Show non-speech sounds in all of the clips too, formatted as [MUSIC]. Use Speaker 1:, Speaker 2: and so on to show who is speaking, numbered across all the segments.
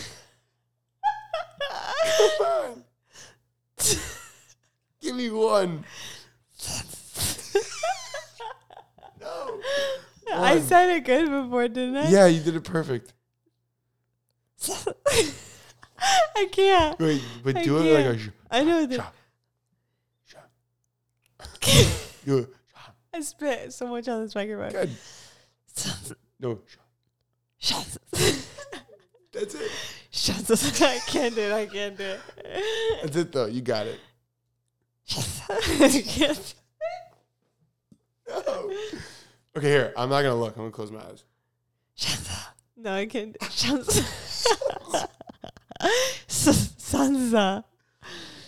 Speaker 1: [LAUGHS] on. no.
Speaker 2: I
Speaker 1: One.
Speaker 2: said it good before, didn't I?
Speaker 1: Yeah, you did it perfect.
Speaker 2: I can't.
Speaker 1: Wait, but
Speaker 2: I
Speaker 1: do it like a
Speaker 2: can't.
Speaker 1: sh-
Speaker 2: I know that.
Speaker 1: sh- do it.
Speaker 2: I spit so much on this microphone.
Speaker 1: Good. No. sh-
Speaker 2: Shots. [LAUGHS]
Speaker 1: That's it.
Speaker 2: Shots. I can't do it. I can't do it.
Speaker 1: That's it though. You got it.
Speaker 2: I can't.
Speaker 1: No. Okay, here. I'm not gonna look. I'm gonna close my eyes.
Speaker 2: No, I can't. do- Shots. S- Sansa.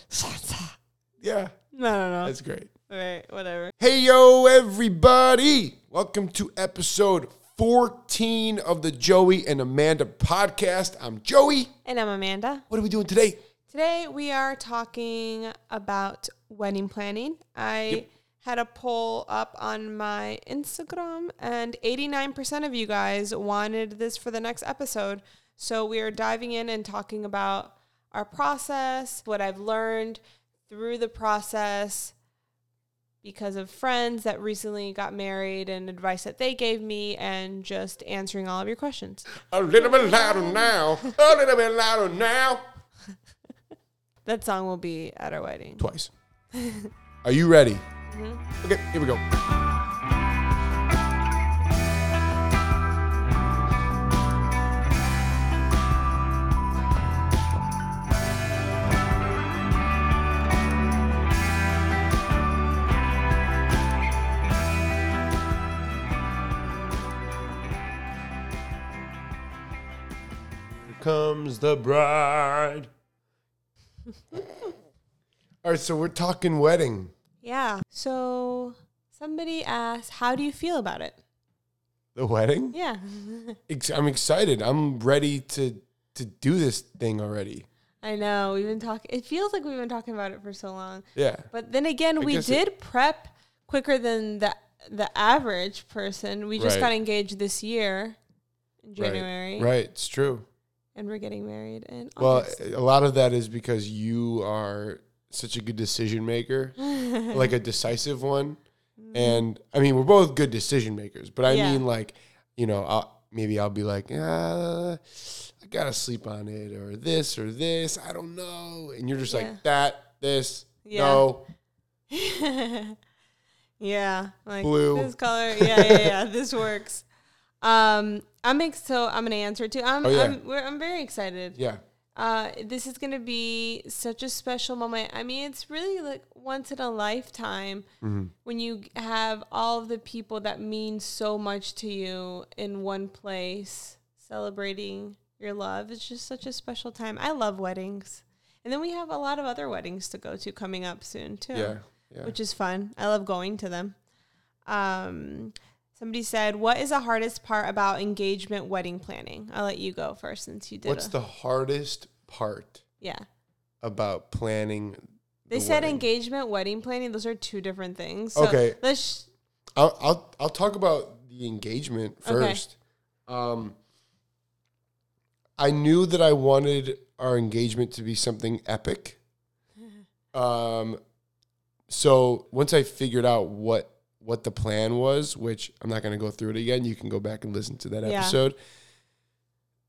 Speaker 2: Sansa.
Speaker 1: Yeah,
Speaker 2: No, no, no.
Speaker 1: that's great.
Speaker 2: Right, whatever.
Speaker 1: Hey yo, everybody! Welcome to episode 14 of the Joey and Amanda podcast. I'm Joey.
Speaker 2: And I'm Amanda.
Speaker 1: What are we doing today?
Speaker 2: Today we are talking about wedding planning. I had a poll up on my Instagram and 89% of you guys wanted this for the next episode. So we are diving in and talking about our process, what I've learned through the process because of friends that recently got married and advice that they gave me and just answering all of your questions.
Speaker 1: A little bit louder now. A little bit louder now.
Speaker 2: That song will be at our wedding.
Speaker 1: Twice. Are you ready? Okay, here we go. Here comes the bride. All right, so we're talking wedding.
Speaker 2: Yeah. So somebody asked, "How do you feel about it?"
Speaker 1: The wedding?
Speaker 2: Yeah. [LAUGHS]
Speaker 1: Ex- I'm excited. I'm ready to to do this thing already.
Speaker 2: I know we've been talking. It feels like we've been talking about it for so long.
Speaker 1: Yeah.
Speaker 2: But then again, we
Speaker 1: guess
Speaker 2: did
Speaker 1: it-
Speaker 2: prep quicker than the the average person. We just
Speaker 1: Right.
Speaker 2: got engaged this year in
Speaker 1: Right.
Speaker 2: January,
Speaker 1: Right. It's true.
Speaker 2: and we're getting married in
Speaker 1: Well,
Speaker 2: August.
Speaker 1: a lot of that is because you are such a good decision
Speaker 2: [LAUGHS]
Speaker 1: maker, like a decisive one. And I mean, we're both good decision makers, but I
Speaker 2: Mm-hmm. Yeah.
Speaker 1: mean, like, you know, I'll, maybe I'll be like, uh, I gotta sleep on it, or this, or this. I don't know. And you're just
Speaker 2: Yeah.
Speaker 1: like that, this,
Speaker 2: Yeah.
Speaker 1: no,
Speaker 2: yeah, like
Speaker 1: Blue.
Speaker 2: this color. Yeah, yeah,
Speaker 1: [LAUGHS]
Speaker 2: yeah. this works. Um, I'm ex- so I'm gonna answer it too. I'm
Speaker 1: Oh, yeah.
Speaker 2: I'm, we're, I'm very excited.
Speaker 1: yeah,
Speaker 2: Uh, this is going to be such a special moment. I mean, it's really like once in a lifetime
Speaker 1: Mm-hmm.
Speaker 2: when you g- have all of the people that mean so much to you in one place celebrating your love. It's just such a special time. I love weddings. And then we have a lot of other weddings to go to coming up soon, too,
Speaker 1: yeah, yeah.
Speaker 2: which is fun. I love going to them. Um, somebody said, What is the hardest part about engagement wedding planning? I'll let you go first since you did.
Speaker 1: What's
Speaker 2: a-
Speaker 1: the hardest part
Speaker 2: yeah.
Speaker 1: about planning?
Speaker 2: They
Speaker 1: the
Speaker 2: said
Speaker 1: wedding?
Speaker 2: engagement, wedding planning. Those are two different things. So
Speaker 1: Okay.
Speaker 2: Let's. Sh-
Speaker 1: I'll, I'll I'll talk about the engagement
Speaker 2: Okay.
Speaker 1: first. Um, I knew that I wanted our engagement to be something epic. Um, so once I figured out what what the plan was, which I'm not going to go through it again, you can go back and listen to that
Speaker 2: Yeah.
Speaker 1: episode.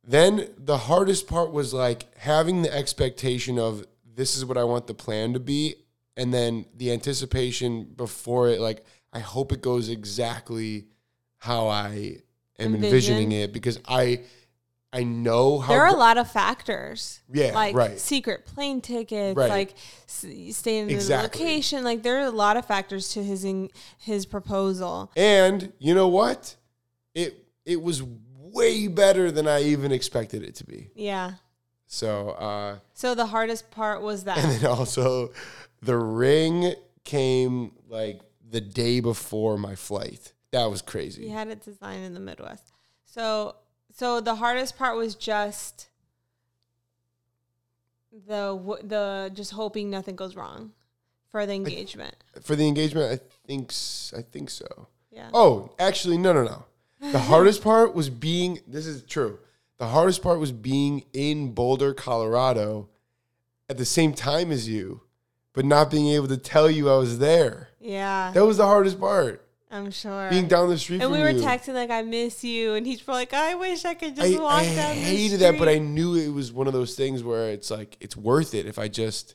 Speaker 1: Then the hardest part was like having the expectation of this is what I want the plan to be, and then the anticipation before it, like I hope it goes exactly how I am envisioning
Speaker 2: Envisioned.
Speaker 1: it because I I know how
Speaker 2: there are a
Speaker 1: gr-
Speaker 2: lot of factors.
Speaker 1: Yeah,
Speaker 2: Like
Speaker 1: right.
Speaker 2: secret plane tickets,
Speaker 1: Right.
Speaker 2: like s- staying in
Speaker 1: Exactly.
Speaker 2: the location. Like there are a lot of factors to his in- his proposal.
Speaker 1: And you know what? It it was way better than I even expected it to be.
Speaker 2: Yeah.
Speaker 1: So uh [LAUGHS]
Speaker 2: So the hardest part was
Speaker 1: and
Speaker 2: that.
Speaker 1: then also the ring came like the day before my flight. That was crazy.
Speaker 2: he had it designed in the Midwest. So so the hardest part was just the w- the just hoping nothing goes wrong for the engagement.
Speaker 1: For the engagement, I think s- I think so.
Speaker 2: Yeah.
Speaker 1: Oh, actually no no no. The hardest part was being this is true. The hardest part was being in Boulder, Colorado at the same time as you but not being able to tell you I was there.
Speaker 2: Yeah.
Speaker 1: That was the hardest part.
Speaker 2: I'm sure.
Speaker 1: Being down the street
Speaker 2: and
Speaker 1: from
Speaker 2: we were
Speaker 1: you.
Speaker 2: texting like I miss you and he's probably like I wish I could just
Speaker 1: I,
Speaker 2: walk
Speaker 1: I
Speaker 2: down the
Speaker 1: hated that, but I knew it was one of those things where it's like it's worth it if I just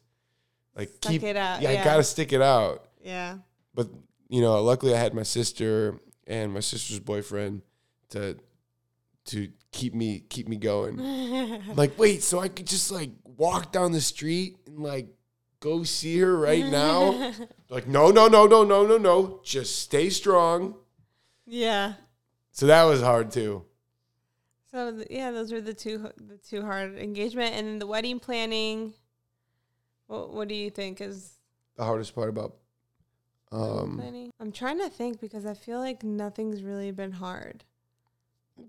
Speaker 1: like
Speaker 2: Suck
Speaker 1: keep
Speaker 2: it out,
Speaker 1: Yeah,
Speaker 2: yeah.
Speaker 1: I gotta stick it out.
Speaker 2: Yeah.
Speaker 1: But you know, luckily I had my sister and my sister's boyfriend to to keep me keep me going.
Speaker 2: Mm-hmm.
Speaker 1: I'm like, wait, so I could just like walk down the street and like go see her [LAUGHS]
Speaker 2: [LAUGHS]
Speaker 1: right now? like, no, no, no, no, no, no, no. Just stay strong.
Speaker 2: Yeah.
Speaker 1: So that was hard too.
Speaker 2: So th- yeah, those were the two the two hard engagement and then the wedding planning. What what do you think is
Speaker 1: The hardest part about um
Speaker 2: planning? I'm trying to think because I feel like nothing's really been hard.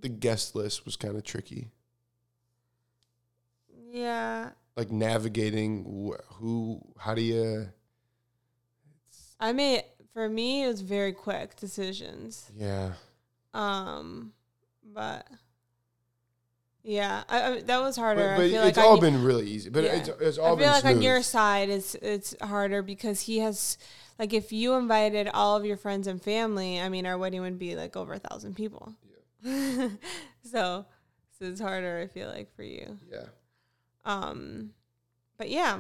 Speaker 1: the guest list was kind of tricky.
Speaker 2: Yeah.
Speaker 1: Like navigating wh- who, how do you?
Speaker 2: I mean, for me it was very quick decisions.
Speaker 1: Yeah,
Speaker 2: Um but yeah, I, I, that was harder.
Speaker 1: but,
Speaker 2: I
Speaker 1: but
Speaker 2: feel
Speaker 1: it's
Speaker 2: like I
Speaker 1: all
Speaker 2: need-
Speaker 1: been really easy. But
Speaker 2: Yeah.
Speaker 1: it's, it's all
Speaker 2: I feel
Speaker 1: been
Speaker 2: like
Speaker 1: smooth.
Speaker 2: on your side, it's it's harder because he has, like, if you invited all of your friends and family, I mean, our wedding would be like over a thousand people. [LAUGHS] so, so it's harder. I feel like for you.
Speaker 1: yeah.
Speaker 2: Um, but yeah,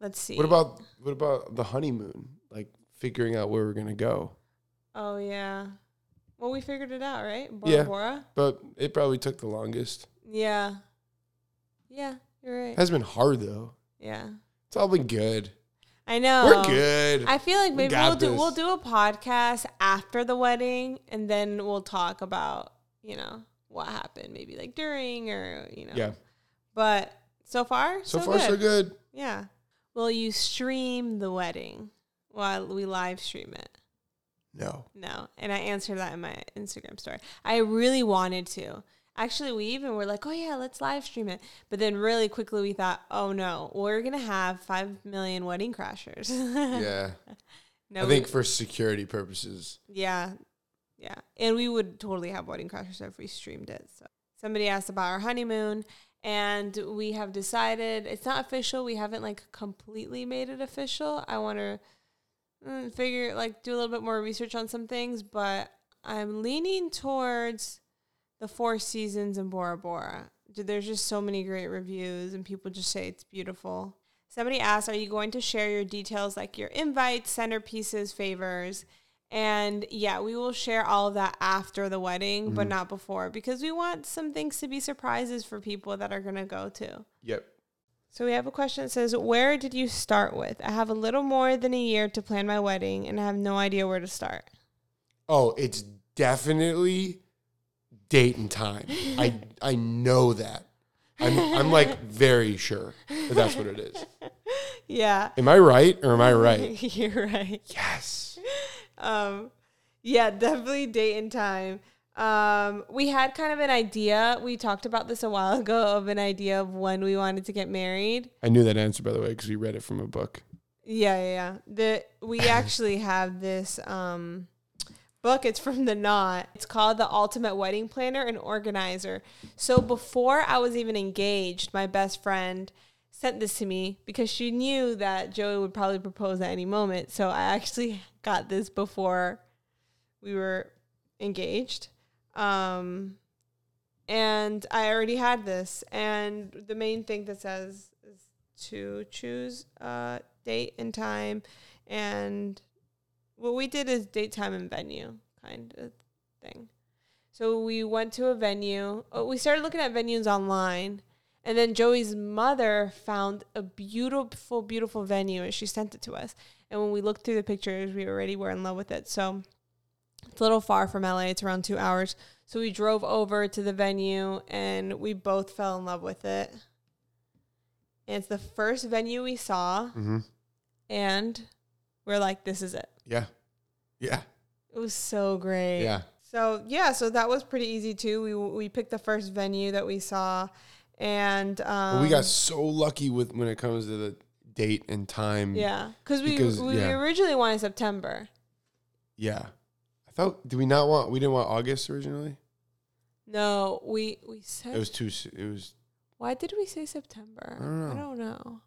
Speaker 2: let's see.
Speaker 1: What about what about the honeymoon? Like figuring out where we're gonna go.
Speaker 2: Oh yeah. Well, we figured it out, right? Bora
Speaker 1: Yeah.
Speaker 2: Bora.
Speaker 1: But it probably took the longest.
Speaker 2: Yeah. Yeah, you're right.
Speaker 1: Has been hard though.
Speaker 2: Yeah,
Speaker 1: It's all been good.
Speaker 2: I know.
Speaker 1: We're good.
Speaker 2: Oh. I feel like
Speaker 1: We
Speaker 2: maybe
Speaker 1: got
Speaker 2: we'll do
Speaker 1: this.
Speaker 2: we'll do a podcast after the wedding and then we'll talk about, you know, what happened, maybe like during or you know.
Speaker 1: yeah.
Speaker 2: But so far,
Speaker 1: So,
Speaker 2: so,
Speaker 1: far,
Speaker 2: good.
Speaker 1: so good.
Speaker 2: [LAUGHS] Yeah. Will you stream the wedding while we live stream it?
Speaker 1: No.
Speaker 2: No. And I answered that in my Instagram story. I really wanted to. Actually, we even were like, oh, yeah, let's live stream it. But then really quickly we thought, oh, no, we're going to have 5 million wedding crashers. [LAUGHS]
Speaker 1: Yeah.
Speaker 2: no,
Speaker 1: I
Speaker 2: we-
Speaker 1: think for security purposes.
Speaker 2: Yeah. Yeah. And we would totally have wedding crashers if we streamed it. So somebody asked about our honeymoon and we have decided it's not official. We haven't like completely made it official. I want to mm, figure like do a little bit more research on some things, but I'm leaning towards the Four Seasons and Bora Bora. Dude, There's just so many great reviews and people just say it's beautiful. Somebody asked, "Are you going to share your details like your invites, centerpieces, favors?" And yeah, we will share all of that after the wedding, but not before because we want some things to be surprises for people that are going to go to.
Speaker 1: Yep.
Speaker 2: So we have a question that says, Where did you start with? I have a little more than a year to plan my wedding and I have no idea where to start. [LAUGHS]
Speaker 1: Oh, it's definitely date and time. I I know that. I'm I'm like very sure that that's what it is.
Speaker 2: Yeah. [LAUGHS]
Speaker 1: Am I right or am I right?
Speaker 2: You're right.
Speaker 1: Yes.
Speaker 2: Um, yeah, [LAUGHS] definitely date and time. Um, we had kind of an idea. We talked about this a while [LAUGHS] ago of an idea of when we wanted to get married.
Speaker 1: I knew that answer by the way because we read it from a book.
Speaker 2: Yeah, yeah, yeah. The we actually have this um book. It's from the Knot. It's called The Ultimate Wedding Planner and Organizer. So before I was even engaged, my best friend sent this to me because she knew that Joey would probably propose at any moment. So I actually got this before we were engaged. Um and I already had this. And the main thing that says is to choose a date and time. And what we did is date, time, and venue kind of thing. So we went to a venue. Oh, we started looking at venues online. And then Joey's mother found a beautiful, beautiful venue and she sent it to us. And when we looked through the pictures, we already were in love with it. So it's a little far from LA, it's around two hours. So we drove over to the venue and we both fell in love with it. And it's the first venue we saw,
Speaker 1: Mhm.
Speaker 2: and we're like, this is it.
Speaker 1: Yeah. Yeah.
Speaker 2: It was so great.
Speaker 1: Yeah.
Speaker 2: So yeah, so that was pretty easy too. We we picked the first venue that we saw, and um,
Speaker 1: But we got so lucky with when it comes to the date and time.
Speaker 2: yeah cause we
Speaker 1: because-
Speaker 2: we
Speaker 1: yeah.
Speaker 2: originally wanted September.
Speaker 1: Yeah. I thought did we not want we didn't want August originally?
Speaker 2: No, we we
Speaker 1: It
Speaker 2: said
Speaker 1: was too s- it was
Speaker 2: why did we say September?
Speaker 1: I don't know.
Speaker 2: I don't know.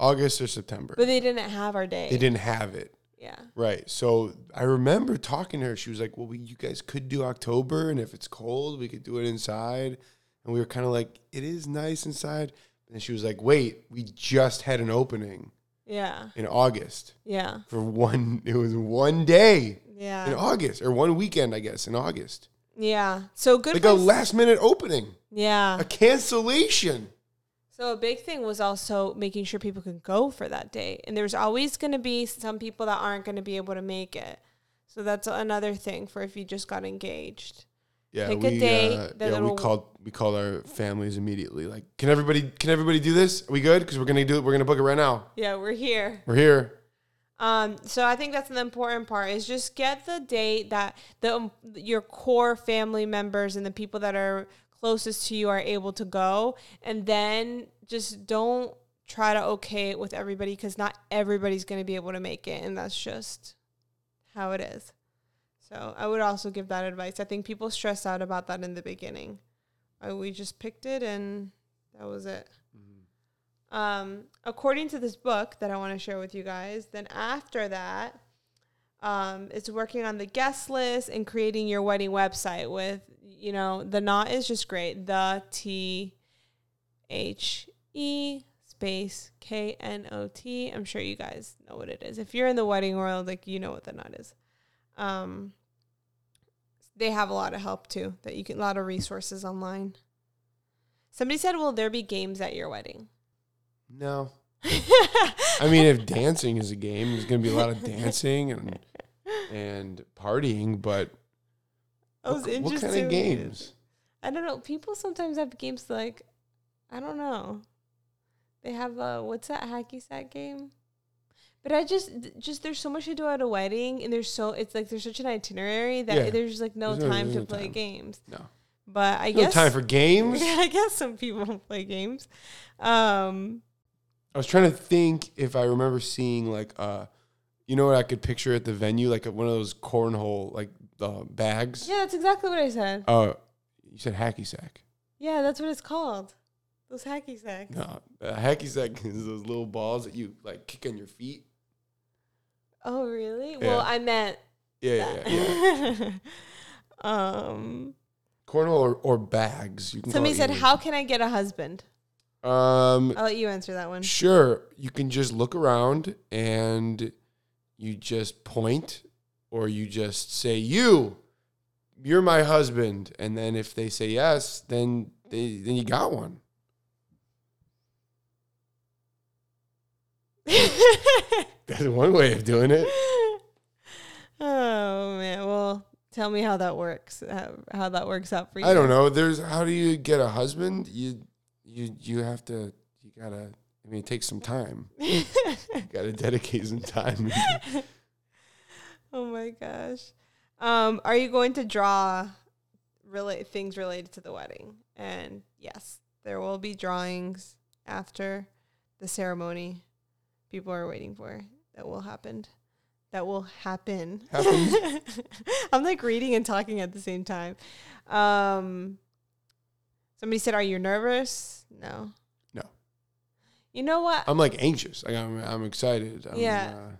Speaker 1: August or September.
Speaker 2: But they didn't have our day.
Speaker 1: They didn't have it.
Speaker 2: Yeah.
Speaker 1: Right. So I remember talking to her. She was like, "Well, we, you guys could do October, and if it's cold, we could do it inside." And we were kind of like, "It is nice inside." And she was like, "Wait, we just had an opening
Speaker 2: Yeah.
Speaker 1: in August
Speaker 2: Yeah.
Speaker 1: for one. It was one day in
Speaker 2: Yeah.
Speaker 1: August, or one weekend, I guess, in August.
Speaker 2: Yeah. So good.
Speaker 1: Like a
Speaker 2: place-
Speaker 1: last minute opening,
Speaker 2: yeah.
Speaker 1: a cancellation.
Speaker 2: So a big thing was also making sure people could go for that day. And there's always going to be some people that aren't going to be able to make it. So that's another thing for if you just got engaged.
Speaker 1: Yeah,
Speaker 2: Pick a
Speaker 1: we,
Speaker 2: date
Speaker 1: uh,
Speaker 2: that
Speaker 1: yeah, we
Speaker 2: it'll-
Speaker 1: called we called our families immediately. Like, can everybody can everybody do this? Are we good? Because we're gonna do it. We're gonna book it right now.
Speaker 2: Yeah, we're here.
Speaker 1: We're here.
Speaker 2: Um, so I think that's an important part is just get the date that the um, your core family members and the people that are closest to you are able to go, and then just don't try to okay it with everybody because not everybody's going to be able to make it, and that's just how it is. So I would also give that advice. I think people stress out about that in the beginning. Uh, we just picked it, and that was it. Um, according to this book that I want to share with you guys, then after that, um, it's working on the guest list and creating your wedding website with, you know, the knot is just great. The T H E space K N O T. I'm sure you guys know what it is. If you're in the wedding world, like you know what the knot is. Um, they have a lot of help too, that you can, a lot of resources online. Somebody said, Will there be games at your wedding?
Speaker 1: No. I mean, if dancing is a game, there's going to be a lot of dancing and and partying, but
Speaker 2: I was
Speaker 1: what, what
Speaker 2: interested.
Speaker 1: kind of games?
Speaker 2: I don't know. People sometimes have games like, I don't know. They have a what's that hacky sack game? But I just, just there's so much to do at a wedding, and there's so it's like there's such an itinerary that
Speaker 1: Yeah.
Speaker 2: there's like no
Speaker 1: There's no-
Speaker 2: time
Speaker 1: there's
Speaker 2: to
Speaker 1: no
Speaker 2: play
Speaker 1: time.
Speaker 2: games.
Speaker 1: No.
Speaker 2: But I
Speaker 1: No
Speaker 2: guess
Speaker 1: time for games.
Speaker 2: Yeah, [LAUGHS] I guess some people play games. Um,
Speaker 1: I was trying to think if I remember seeing like uh you know what I could picture at the venue like one of those cornhole like uh, bags.
Speaker 2: yeah, that's exactly what I said.
Speaker 1: Uh you said hacky sack.
Speaker 2: Yeah, that's what it's called. Those hacky sacks.
Speaker 1: No, uh, hacky sack [LAUGHS] is those little balls that you like kick on your feet.
Speaker 2: Oh, really? Well,
Speaker 1: Yeah.
Speaker 2: I meant
Speaker 1: Yeah, yeah,
Speaker 2: that.
Speaker 1: yeah, yeah.
Speaker 2: [LAUGHS] um.
Speaker 1: Cornhole or, or bags. You can call
Speaker 2: Somebody
Speaker 1: it
Speaker 2: said,
Speaker 1: either.
Speaker 2: "How can I get a husband?"
Speaker 1: Um,
Speaker 2: I'll let you answer that one. [LAUGHS]
Speaker 1: Sure, you can just look around and you just point or you just say you you're my husband and then if they say yes, then they then you got one. [LAUGHS] That's one way of doing it.
Speaker 2: oh man, well, tell me how that works. How, how that works out for you?
Speaker 1: I don't know. There's how do you get a husband? You you you have to you got to I mean it takes some time.
Speaker 2: [LAUGHS]
Speaker 1: You got to [LAUGHS] dedicate some time.
Speaker 2: oh my gosh, um, are you going to draw relate things related to the wedding? And yes, there will be drawings after the ceremony. People are waiting for that will happen. That will happen.
Speaker 1: Happens.
Speaker 2: [LAUGHS] I'm like reading and talking at the same time. Um, somebody said, "Are you nervous?" No.
Speaker 1: No.
Speaker 2: You know what?
Speaker 1: I'm like anxious. Like I'm I'm excited. I'm,
Speaker 2: Yeah.
Speaker 1: uh,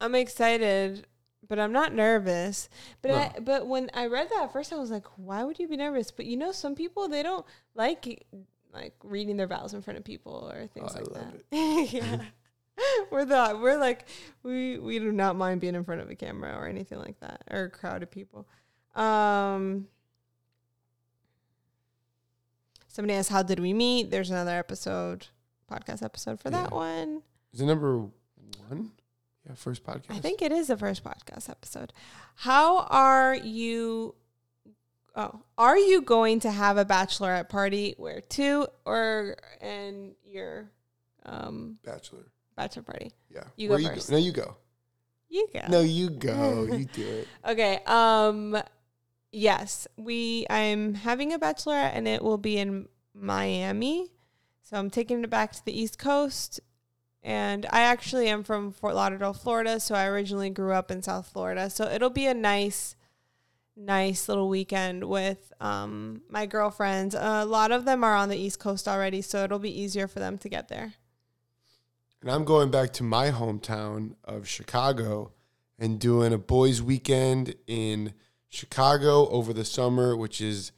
Speaker 2: I'm excited, but I'm not nervous. But
Speaker 1: No.
Speaker 2: I, but when I read that at first, I was like, "Why would you be nervous?" But you know, some people they don't like like reading their vows in front of people or things
Speaker 1: Oh, I
Speaker 2: like
Speaker 1: love
Speaker 2: that. [LAUGHS] yeah. We're the we're like we we do not mind being in front of a camera or anything like that or a crowd of people. Um, somebody asked, "How did we meet?" There's another episode, podcast episode for that
Speaker 1: Yeah.
Speaker 2: one.
Speaker 1: is it number 1? Yeah, first podcast.
Speaker 2: I think it is the first podcast episode. How are you? Oh, are you going to have a bachelorette party? Where to? Or and your um,
Speaker 1: Bachelor.
Speaker 2: bachelor party?
Speaker 1: Yeah.
Speaker 2: You
Speaker 1: Where
Speaker 2: go first.
Speaker 1: No, you go.
Speaker 2: You go.
Speaker 1: No, you
Speaker 2: [LAUGHS]
Speaker 1: go. You do it.
Speaker 2: Okay. Um. Yes, we. I'm having a bachelorette, and it will be in Miami. So I'm taking it back to the East Coast, and I actually am from Fort Lauderdale, Florida. So I originally grew up in South Florida. So it'll be a nice, nice little weekend with um my Uh, girlfriends. A lot of them are on the East Coast already, so it'll be easier for them to get there.
Speaker 1: And I'm going back to my hometown of Chicago and doing a boys' weekend in Chicago over the summer, which is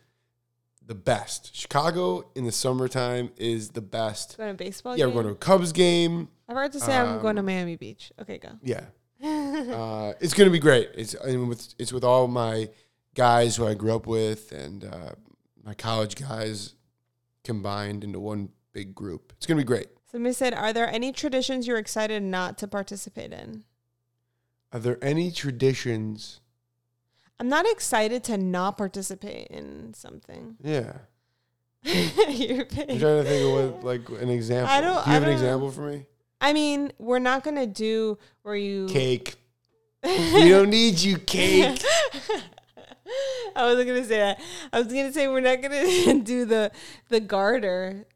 Speaker 1: the best. Chicago in the summertime is the best.
Speaker 2: Going to baseball
Speaker 1: Yeah,
Speaker 2: game?
Speaker 1: we're um, going to a Cubs game.
Speaker 2: I forgot to say I'm going to Miami Beach. Okay, go.
Speaker 1: Yeah.
Speaker 2: [LAUGHS]
Speaker 1: uh, it's going to be great. It's and with it's with all my guys who I grew up with and uh, my college guys combined into one big group. It's going to be great.
Speaker 2: Somebody said, are there any traditions you're excited not to participate in?
Speaker 1: Are there any traditions?
Speaker 2: I'm not excited to not participate in something. [LAUGHS]
Speaker 1: Yeah.
Speaker 2: You're
Speaker 1: I'm
Speaker 2: big.
Speaker 1: trying to think of what, like an example.
Speaker 2: I don't-
Speaker 1: Do you have
Speaker 2: I
Speaker 1: an
Speaker 2: don't-
Speaker 1: example for me?
Speaker 2: I mean, we're not gonna do where you. [LAUGHS]
Speaker 1: Cake. we don't need you, cake.
Speaker 2: I wasn't gonna say that. I was gonna say we're not gonna [LAUGHS] do the the garter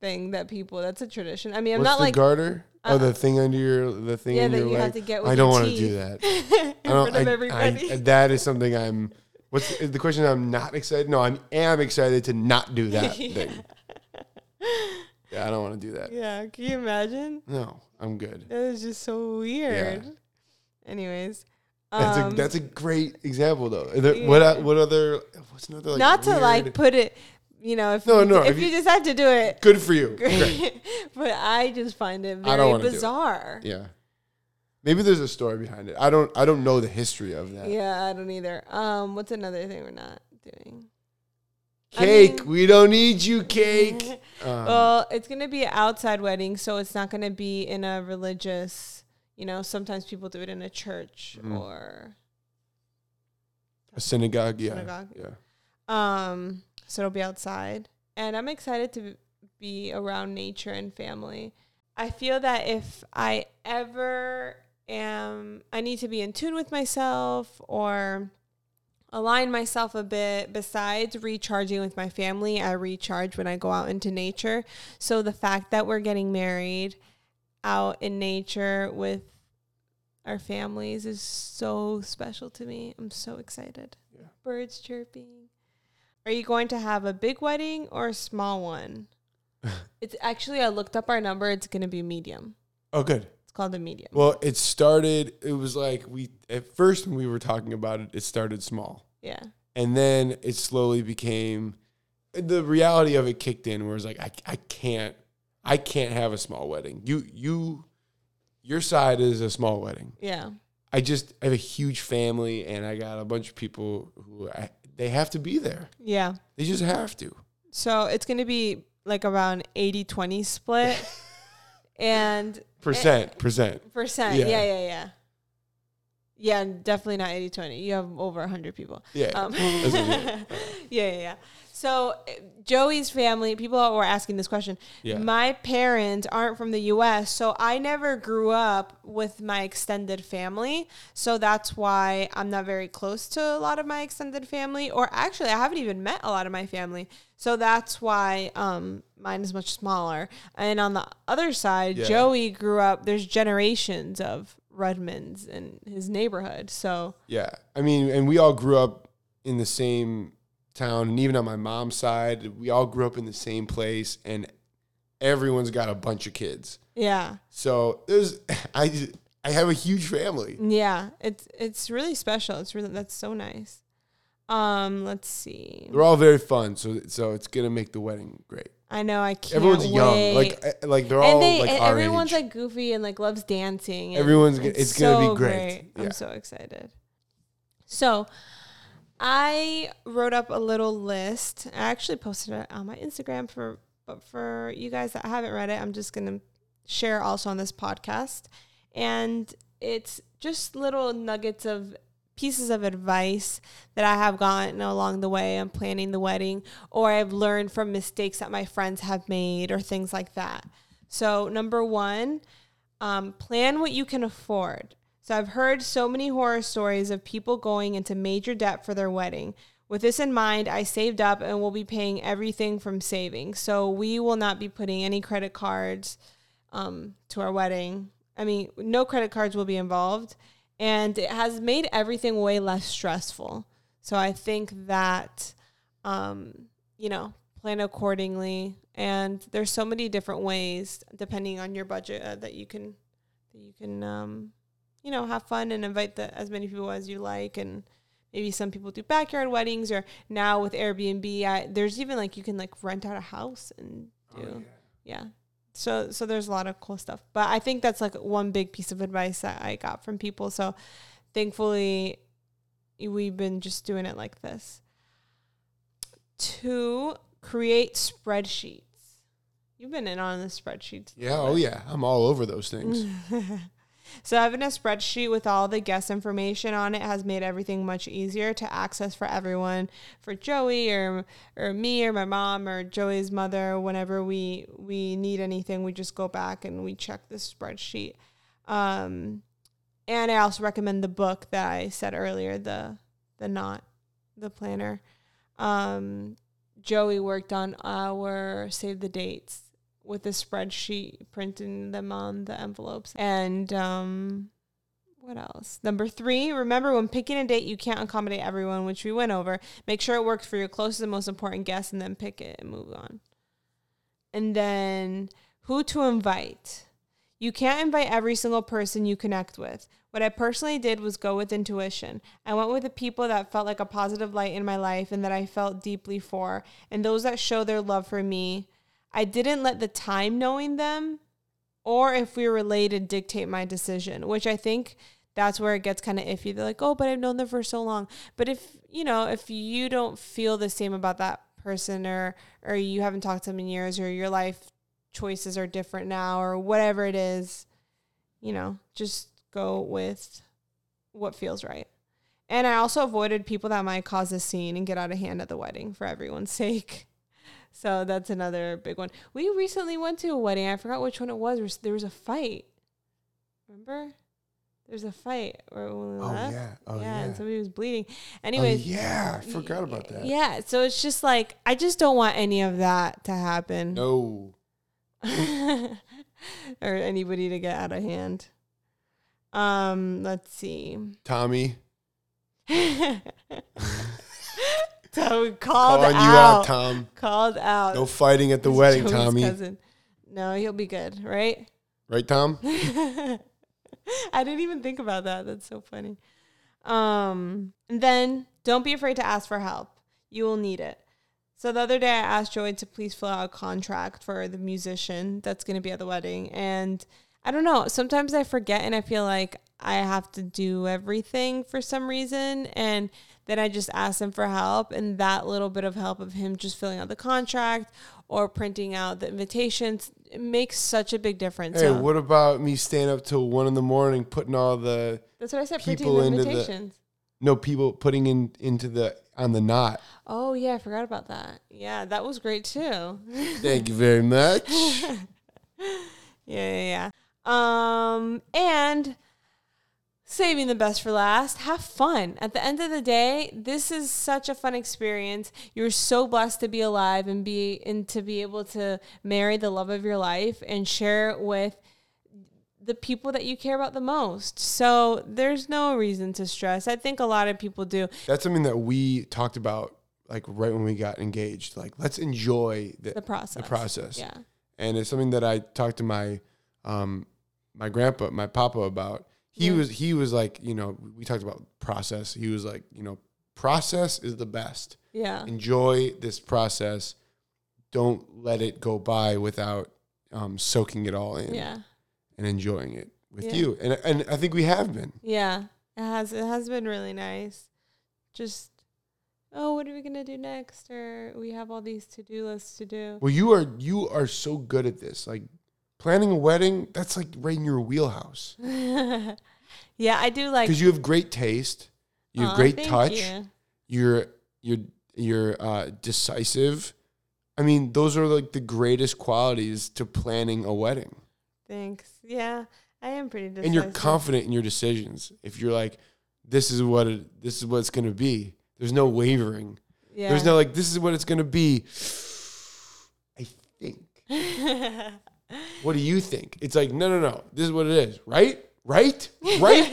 Speaker 2: thing that people. That's a tradition. I mean, I'm
Speaker 1: What's
Speaker 2: not
Speaker 1: the
Speaker 2: like
Speaker 1: garter? oh,
Speaker 2: uh,
Speaker 1: the thing under your the thing.
Speaker 2: yeah
Speaker 1: in
Speaker 2: that
Speaker 1: your
Speaker 2: you have
Speaker 1: leg?
Speaker 2: to get. With
Speaker 1: I don't
Speaker 2: want
Speaker 1: want
Speaker 2: to
Speaker 1: to do that.
Speaker 2: [LAUGHS] [LAUGHS] in
Speaker 1: I
Speaker 2: front
Speaker 1: don't.
Speaker 2: of
Speaker 1: I- I-
Speaker 2: everybody.
Speaker 1: that is something I'm. What's is the question? I'm not excited. No, I am excited to not do
Speaker 2: [LAUGHS]
Speaker 1: that thing. Yeah, I don't want to do that.
Speaker 2: yeah, can you imagine?
Speaker 1: No, I'm good.
Speaker 2: That is just so weird. Anyways,
Speaker 1: That's
Speaker 2: um,
Speaker 1: a that's a great example though. Are there- What o- what other what's another like,
Speaker 2: not to like
Speaker 1: weird-
Speaker 2: put it. You know, if
Speaker 1: No,
Speaker 2: you,
Speaker 1: no,
Speaker 2: if
Speaker 1: if
Speaker 2: you,
Speaker 1: you-
Speaker 2: decide to do it, [LAUGHS]
Speaker 1: good for you. Great.
Speaker 2: great. but I just find it
Speaker 1: I don't
Speaker 2: very
Speaker 1: wanna do it.
Speaker 2: bizarre.
Speaker 1: Yeah. Maybe there's a story behind it. I don't I don't know the history of that.
Speaker 2: Yeah, I don't either. Um, what's another thing we're not doing? I
Speaker 1: Cake,
Speaker 2: mean-
Speaker 1: we don't need you,
Speaker 2: [LAUGHS]
Speaker 1: cake. Um,
Speaker 2: well, it's gonna be an outside wedding, so it's not gonna be in a religious. You know, sometimes people do it in a church
Speaker 1: Mm-hmm.
Speaker 2: or
Speaker 1: a synagogue, yeah.
Speaker 2: Synagogue.
Speaker 1: Yeah.
Speaker 2: um. So it'll be outside, and I'm excited to be around nature and family. I feel that if I ever am, I need to be in tune with myself or align myself a bit besides recharging with my family i recharge when i go out into nature so the fact that we're getting married out in nature with our families is so special to me i'm so excited
Speaker 1: Yeah.
Speaker 2: birds chirping are you going to have a big wedding or a small
Speaker 1: [LAUGHS]
Speaker 2: one it's actually i looked up our number it's going to be medium
Speaker 1: Oh good.
Speaker 2: it's called a medium
Speaker 1: Well, it started it was like we at first when we were talking about it, it started small.
Speaker 2: yeah
Speaker 1: and then it slowly became the reality of it kicked in where it's like I, I can't I can't have a small wedding. You you your side is a small wedding.
Speaker 2: yeah
Speaker 1: I just I have a huge family and I got a bunch of people who I, they have to be there.
Speaker 2: yeah
Speaker 1: They just have to.
Speaker 2: So it's going to be like around 80 20
Speaker 1: [LAUGHS]
Speaker 2: split and Eh.
Speaker 1: Percent, percent.
Speaker 2: percent.
Speaker 1: Yeah.
Speaker 2: Yeah, yeah, yeah. Yeah, and definitely not 80 20. You have over 100 people.
Speaker 1: Yeah.
Speaker 2: Um,
Speaker 1: That's what it is.
Speaker 2: [LAUGHS] yeah, yeah, yeah. So uh, Joey's family, people were asking this question.
Speaker 1: Yeah.
Speaker 2: My parents aren't from the US, so I never grew up with my extended family. So that's why I'm not very close to a lot of my extended family, or actually, I haven't even met a lot of my family. So that's why um, mine is much smaller. And on the other side,
Speaker 1: Yeah.
Speaker 2: Joey grew up, there's generations of Redmonds in his neighborhood. So,
Speaker 1: Yeah. I mean, and we all grew up in the same town. And even on my mom's side, we all grew up in the same place. And everyone's got a bunch of kids.
Speaker 2: yeah.
Speaker 1: So there's, [LAUGHS] I, I have a huge family.
Speaker 2: Yeah, it's it's really special. It's really that's so nice. Um, let's see.
Speaker 1: They're all very fun. So, so it's gonna make the wedding great.
Speaker 2: I know I can't.
Speaker 1: Everyone's young.
Speaker 2: wait.
Speaker 1: Like, eh, like they're all
Speaker 2: and they
Speaker 1: like
Speaker 2: and
Speaker 1: our
Speaker 2: everyone's
Speaker 1: age.
Speaker 2: like goofy and like loves dancing. and
Speaker 1: Everyone's gonna- it's gonna be
Speaker 2: so
Speaker 1: great. Yeah.
Speaker 2: I'm so excited. So, I wrote up a little list. I actually posted it on my Instagram for but for you guys that haven't read it, I'm just gonna share also on this podcast. And it's just little nuggets of pieces of advice that I have gotten along the way I'm planning the wedding, or I've learned from mistakes that my friends have made, or things like that. So, number one, um, plan what you can afford. So, I've heard so many horror stories of people going into major debt for their wedding. With this in mind, I saved up and will be paying everything from savings. So, we will not be putting any credit cards um, to our wedding. I mean, no credit cards will be involved, and it has made everything way less stressful. So I think that, um, you know, plan accordingly. And there's so many different ways, depending on your budget, uh, that you can that you can um, you know have fun and invite the, as many people as you like. And maybe some people do backyard weddings, or now with Airbnb, I, there's even like you can like rent out a house and
Speaker 1: Oh,
Speaker 2: do yeah. So so there's a lot of cool stuff. But I think that's like one big piece of advice that I got from people. So thankfully we've been just doing it like this. Two, create spreadsheets. You've been in on the spreadsheets.
Speaker 1: Yeah, oh yeah. I'm all over those things.
Speaker 2: Mm-hmm. So having a spreadsheet with all the guest information on it has made everything much easier to access for everyone, for Joey or or me or my mom or Joey's mother. Whenever we we need anything, we just go back and we check the spreadsheet. Um, and I also recommend the book that I said earlier, the the not the planner. Um, Joey worked on our save the dates with a spreadsheet printing them on the envelopes. And um, what else? Number three, remember when picking a date, you can't accommodate everyone, which we went over. Make sure it works for your closest and most important guests and then pick it and move on. And then who to invite. You can't invite every single person you connect with. What I personally did was go with intuition. I went with the people that felt like a positive light in my life and that I felt deeply for, and those that show their love for me. I didn't let the time knowing them or if we were related dictate my decision, which I think that's where it gets kind of iffy. They're like, oh, but I've known them for so long. But if, you know, if you don't feel the same about that person or, or you haven't talked to them in years or your life choices are different now or whatever it is, you know, just go with what feels right. And I also avoided people that might cause a scene and get out of hand at the wedding for everyone's [LAUGHS] sake. So that's another big one. We recently went to a wedding. I forgot which one it was. There was- There was a fight. Remember? There's a fight. Or when we
Speaker 1: Oh,
Speaker 2: left.
Speaker 1: yeah. Oh, yeah.
Speaker 2: And somebody was bleeding.
Speaker 1: Oh,
Speaker 2: Anyways.
Speaker 1: yeah, I forgot about that.
Speaker 2: Yeah. So it's just like, I just don't want any of that to happen.
Speaker 1: No.
Speaker 2: [LAUGHS] or anybody to get out of hand. Um, let's see. [LAUGHS]
Speaker 1: Tommy,
Speaker 2: so we called
Speaker 1: calling
Speaker 2: out.
Speaker 1: you out, Tom.
Speaker 2: Called out.
Speaker 1: No fighting at the
Speaker 2: It's
Speaker 1: wedding,
Speaker 2: Joey's
Speaker 1: Tommy.
Speaker 2: cousin. No, he'll be good, right?
Speaker 1: Right, Tom?
Speaker 2: [LAUGHS] I didn't even think about that. That's so funny. Um, and then don't be afraid to ask for help. You will need it. So the other day, I asked Joey to please fill out a contract for the musician that's going to be at the wedding. And I don't know. Sometimes I forget and I feel like I have to do everything for some reason. And then I just asked him for help. And that little bit of help of him just filling out the contract or printing out the invitations it makes such a big difference.
Speaker 1: Hey,
Speaker 2: So-
Speaker 1: what about me staying up till one in the morning putting all the
Speaker 2: that's what I said. Printing
Speaker 1: people
Speaker 2: the
Speaker 1: into the-
Speaker 2: invitations.
Speaker 1: no people putting in into the on the knot.
Speaker 2: oh yeah, I forgot about that. Yeah, that was great too. [LAUGHS] yeah,
Speaker 1: Thank you very
Speaker 2: [LAUGHS]
Speaker 1: much.
Speaker 2: yeah, yeah. Um, and saving the best for last. Have fun. At the end of the day, this is such a fun experience. You're so blessed to be alive and be and to be able to marry the love of your life and share it with the people that you care about the most. So there's no reason to stress. I think a lot of people do.
Speaker 1: That's something that we talked about like right when we got engaged. Like let's enjoy the,
Speaker 2: The process.
Speaker 1: The process.
Speaker 2: Yeah.
Speaker 1: and it's something that I talked to my um my grandpa, my papa about. He
Speaker 2: Yeah.
Speaker 1: was he was like, you know, we talked about process. He was like, you know, process is the best.
Speaker 2: Yeah.
Speaker 1: Enjoy this process. Don't let it go by without um, soaking it all in
Speaker 2: Yeah.
Speaker 1: and enjoying it with
Speaker 2: Yeah.
Speaker 1: you. And and I think we have been.
Speaker 2: Yeah. It has it has been really nice. Just oh, what are we gonna do next? Or we have all these to do lists to do. [LAUGHS]
Speaker 1: Well, you are you are so good at this. Like planning a wedding, that's like right in your wheelhouse
Speaker 2: yeah, I do like
Speaker 1: because you have great taste, you have
Speaker 2: Aw,
Speaker 1: great
Speaker 2: thank
Speaker 1: touch.
Speaker 2: you.
Speaker 1: you're you're you're uh, decisive. I mean, those are like the greatest qualities to planning a wedding.
Speaker 2: Thanks. Yeah. I am pretty decisive.
Speaker 1: And you're confident in your decisions. If you're like, this is what it, this is what it's gonna be. There's no wavering.
Speaker 2: yeah. [LAUGHS]
Speaker 1: There's no like, this is what it's gonna be. I think. What do you think? It's like, no, no, no. This is what it is. Right? Right?
Speaker 2: [LAUGHS]
Speaker 1: Right?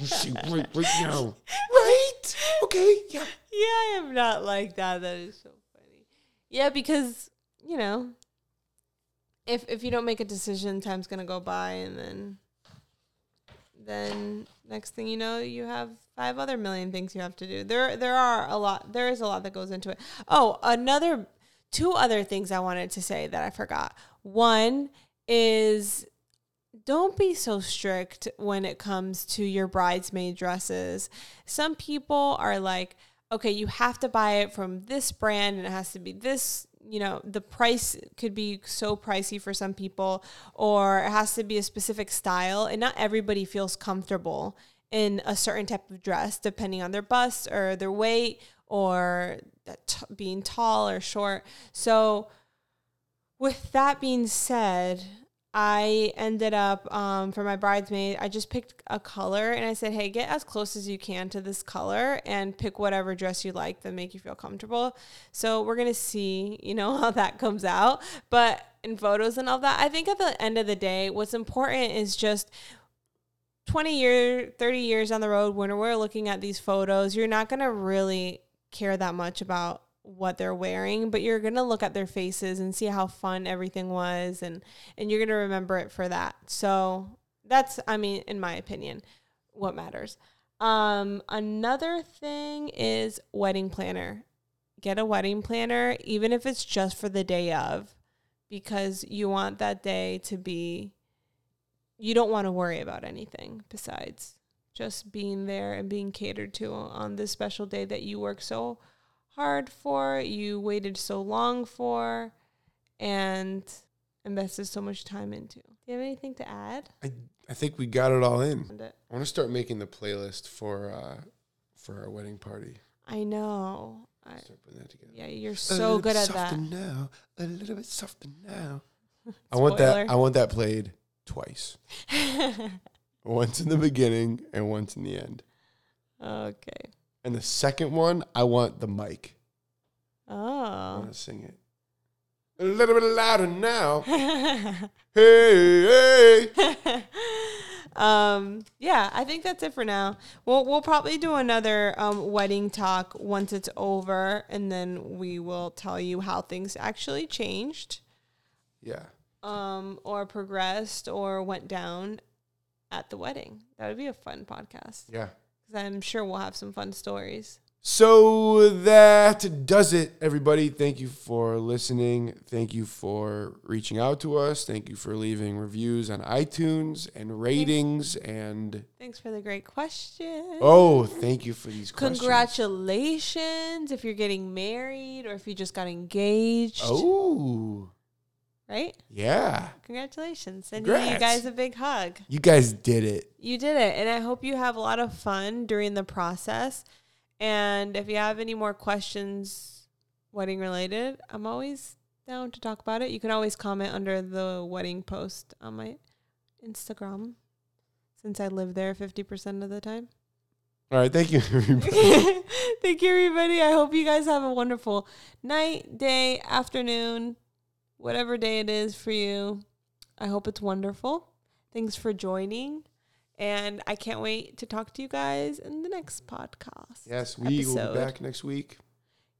Speaker 1: you see, right, right now. Right? Okay. Yeah.
Speaker 2: [LAUGHS] Yeah, I am not like that. That is so funny. Yeah, because you know, if if you don't make a decision, time's gonna go by, and then then next thing you know, you have five other million things you have to do. There there are a lot. There is a lot that goes into it. Oh, another two other things I wanted to say that I forgot. One is don't be so strict when it comes to your bridesmaid dresses. Some people are like, okay, you have to buy it from this brand and it has to be this, you know, the price could be so pricey for some people, or it has to be a specific style. And not everybody feels comfortable in a certain type of dress, depending on their bust or their weight or that t- being tall or short. So, with that being said, I ended up um, for my bridesmaid. I just picked a color and I said, "Hey, get as close as you can to this color and pick whatever dress you like that make you feel comfortable." So we're gonna see, you know, [LAUGHS] how that comes out. But in photos and all that, I think at the end of the day, what's important is just 20 year 30 years down the road when we're looking at these photos you're not going to really care that much about what they're wearing but you're going to look at their faces and see how fun everything was and and you're going to remember it for that so that's i mean in my opinion what matters um another thing is wedding planner get a wedding planner even if it's just for the day of because you want that day to be you don't want to worry about anything besides just being there and being catered to on this special day that you worked so hard for, you waited so long for, and invested so much time into. Do you have anything to add?
Speaker 1: I, I think we got it all in.
Speaker 2: Found it.
Speaker 1: I want to start making the playlist for uh, for our wedding party.
Speaker 2: I know. I,
Speaker 1: Start putting that together.
Speaker 2: yeah, you're
Speaker 1: A
Speaker 2: so
Speaker 1: little
Speaker 2: good
Speaker 1: bit
Speaker 2: at
Speaker 1: softer
Speaker 2: that.
Speaker 1: Now, a little bit softer
Speaker 2: [LAUGHS]
Speaker 1: now. I want that.
Speaker 2: Spoiler.
Speaker 1: I want that played twice. Once in the beginning and once in the end.
Speaker 2: [LAUGHS] okay.
Speaker 1: And the second one, I want the mic. I
Speaker 2: Oh.
Speaker 1: want to sing it a little bit louder now.
Speaker 2: [LAUGHS] um
Speaker 1: Hey, hey.
Speaker 2: [LAUGHS] Um, yeah i think that's it for now we'll, we'll probably do another um, wedding talk once it's over and then we will tell you how things actually changed
Speaker 1: Yeah,
Speaker 2: um, or progressed or went down at the wedding that would be a fun podcast
Speaker 1: yeah.
Speaker 2: 'Cause i'm sure we'll have some fun stories
Speaker 1: So that does it, everybody. Thank you for listening. Thank you for reaching out to us. Thank you for leaving reviews on iTunes and ratings. And
Speaker 2: thanks for the great question
Speaker 1: oh, thank you for these questions.
Speaker 2: congratulations if you're getting married or if you just got engaged
Speaker 1: Oh,
Speaker 2: right
Speaker 1: yeah.
Speaker 2: Congratulations. Sending you
Speaker 1: Congrats.
Speaker 2: guys a big hug.
Speaker 1: You guys did it.
Speaker 2: You did it. And I hope you have a lot of fun during the process. And if you have any more questions, wedding related, I'm always down to talk about it. You can always comment under the wedding post on my Instagram since I live there 50% of the time.
Speaker 1: All right. Thank you, everybody.
Speaker 2: [LAUGHS] Thank you, everybody. I hope you guys have a wonderful night, day, afternoon, whatever day it is for you. I hope it's wonderful. Thanks for joining. And I can't wait to talk to you guys in the next podcast.
Speaker 1: Yes, we will
Speaker 2: Episode.
Speaker 1: be back next week.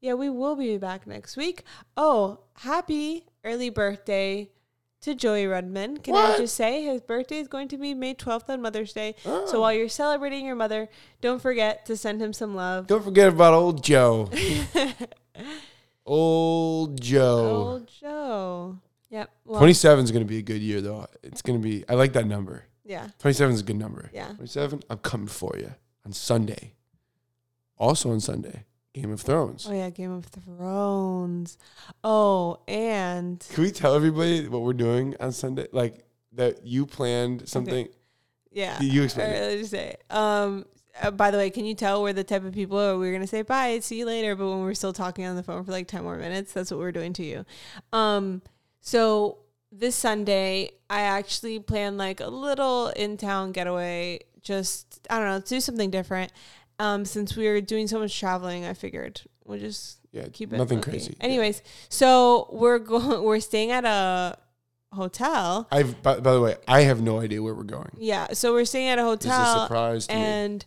Speaker 2: Yeah, we will be back next week. Oh, happy early birthday to Joey Rudman. Can I
Speaker 1: What?
Speaker 2: just say his birthday is going to be May 12th on Mother's Day.
Speaker 1: Oh.
Speaker 2: So while you're celebrating your mother, don't forget to send him some love.
Speaker 1: Don't forget about old
Speaker 2: [LAUGHS]
Speaker 1: Joe. old Joe.
Speaker 2: Old Joe. Yep. Well,
Speaker 1: 27 is going to be a good year, though. It's going to be, I like that number.
Speaker 2: yeah.
Speaker 1: 27 is a good number.
Speaker 2: Yeah.
Speaker 1: 27, I'm coming for you on Sunday. Also on Sunday, Game of Thrones.
Speaker 2: Oh yeah, Game of Thrones. Oh, and
Speaker 1: Can we tell everybody what we're doing on Sunday? Like that you planned something.
Speaker 2: yeah. Uh,
Speaker 1: You explain
Speaker 2: Or let's just say. Um. uh, by the way, can you tell we're the type of people where we're gonna say bye, see you later, but when we're still talking on the phone for like ten more minutes, that's what we're doing to you. Um. So this Sunday, I actually plan like a little in town getaway. Just I don't know, do something different. Um. Since we were doing so much traveling, I figured we'll just
Speaker 1: Yeah,
Speaker 2: keep it
Speaker 1: nothing
Speaker 2: low-key.
Speaker 1: crazy.
Speaker 2: Anyways, so we're going. [LAUGHS] We're staying at a hotel.
Speaker 1: I've, by, by the way, I have no idea where we're going.
Speaker 2: Yeah, so we're staying at a
Speaker 1: This is
Speaker 2: hotel,
Speaker 1: a surprise to me.
Speaker 2: and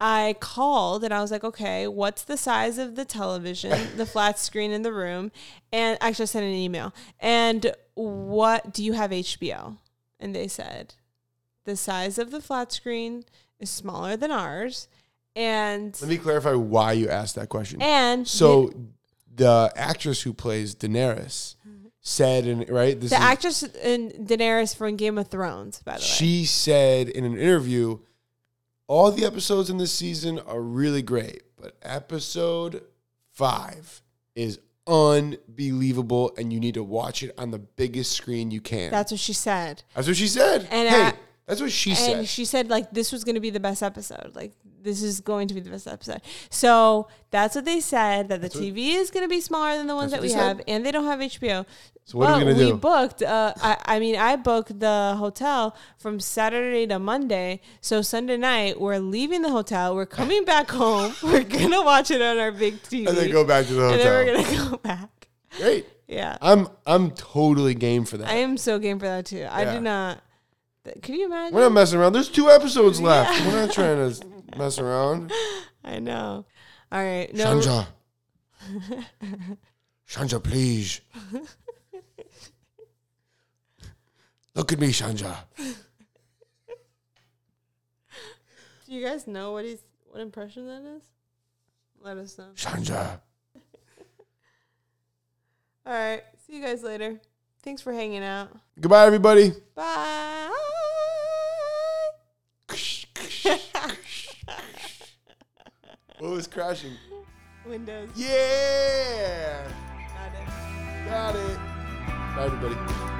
Speaker 2: I called and I was like, okay, what's the size of the television,
Speaker 1: [LAUGHS]
Speaker 2: the flat screen in the room? And actually, I sent an email. And what do you have HBO? And they said, the size of the flat screen is smaller than ours. And,
Speaker 1: Let me clarify why you asked that question.
Speaker 2: and
Speaker 1: so the actress who plays Daenerys said, and right, this
Speaker 2: Mm-hmm. the, the
Speaker 1: is,
Speaker 2: actress in Daenerys from Game of Thrones, by the way.
Speaker 1: she said in an interview, all the episodes in this season are really great, but episode five is unbelievable, and you need to watch it on the biggest screen you can.
Speaker 2: That's what she said.
Speaker 1: That's what she said.
Speaker 2: And,
Speaker 1: hey,
Speaker 2: uh,
Speaker 1: that's what she
Speaker 2: and
Speaker 1: said.
Speaker 2: she said like this was going to be the best episode like this is going to be the best episode so that's what they said that the tv is going to be smaller than the ones that
Speaker 1: That's
Speaker 2: we
Speaker 1: what they
Speaker 2: have and they don't have hbo
Speaker 1: So what are we
Speaker 2: But
Speaker 1: gonna
Speaker 2: we
Speaker 1: do?
Speaker 2: booked uh, I, I mean i booked the hotel from saturday to monday so sunday night we're leaving the hotel we're coming back home [LAUGHS] we're gonna watch it on our big tv
Speaker 1: and then go back to the
Speaker 2: and then
Speaker 1: hotel.
Speaker 2: we're gonna go back
Speaker 1: Great.
Speaker 2: yeah
Speaker 1: I'm I'm totally game for that.
Speaker 2: i am so game for that too i
Speaker 1: Yeah.
Speaker 2: do not th- can you imagine
Speaker 1: We're not messing around. There's two episodes left. We're not trying to mess around.
Speaker 2: i know all right no
Speaker 1: Shanja. Shanja, please. Look at me, Shanja.
Speaker 2: Do you guys know what he's what impression that is? Let us know.
Speaker 1: Shanja.
Speaker 2: All right. See you guys later. Thanks for hanging out.
Speaker 1: Goodbye, everybody.
Speaker 2: Bye.
Speaker 1: What was crashing?
Speaker 2: Windows.
Speaker 1: Yeah.
Speaker 2: Got it.
Speaker 1: Got it. Bye, everybody.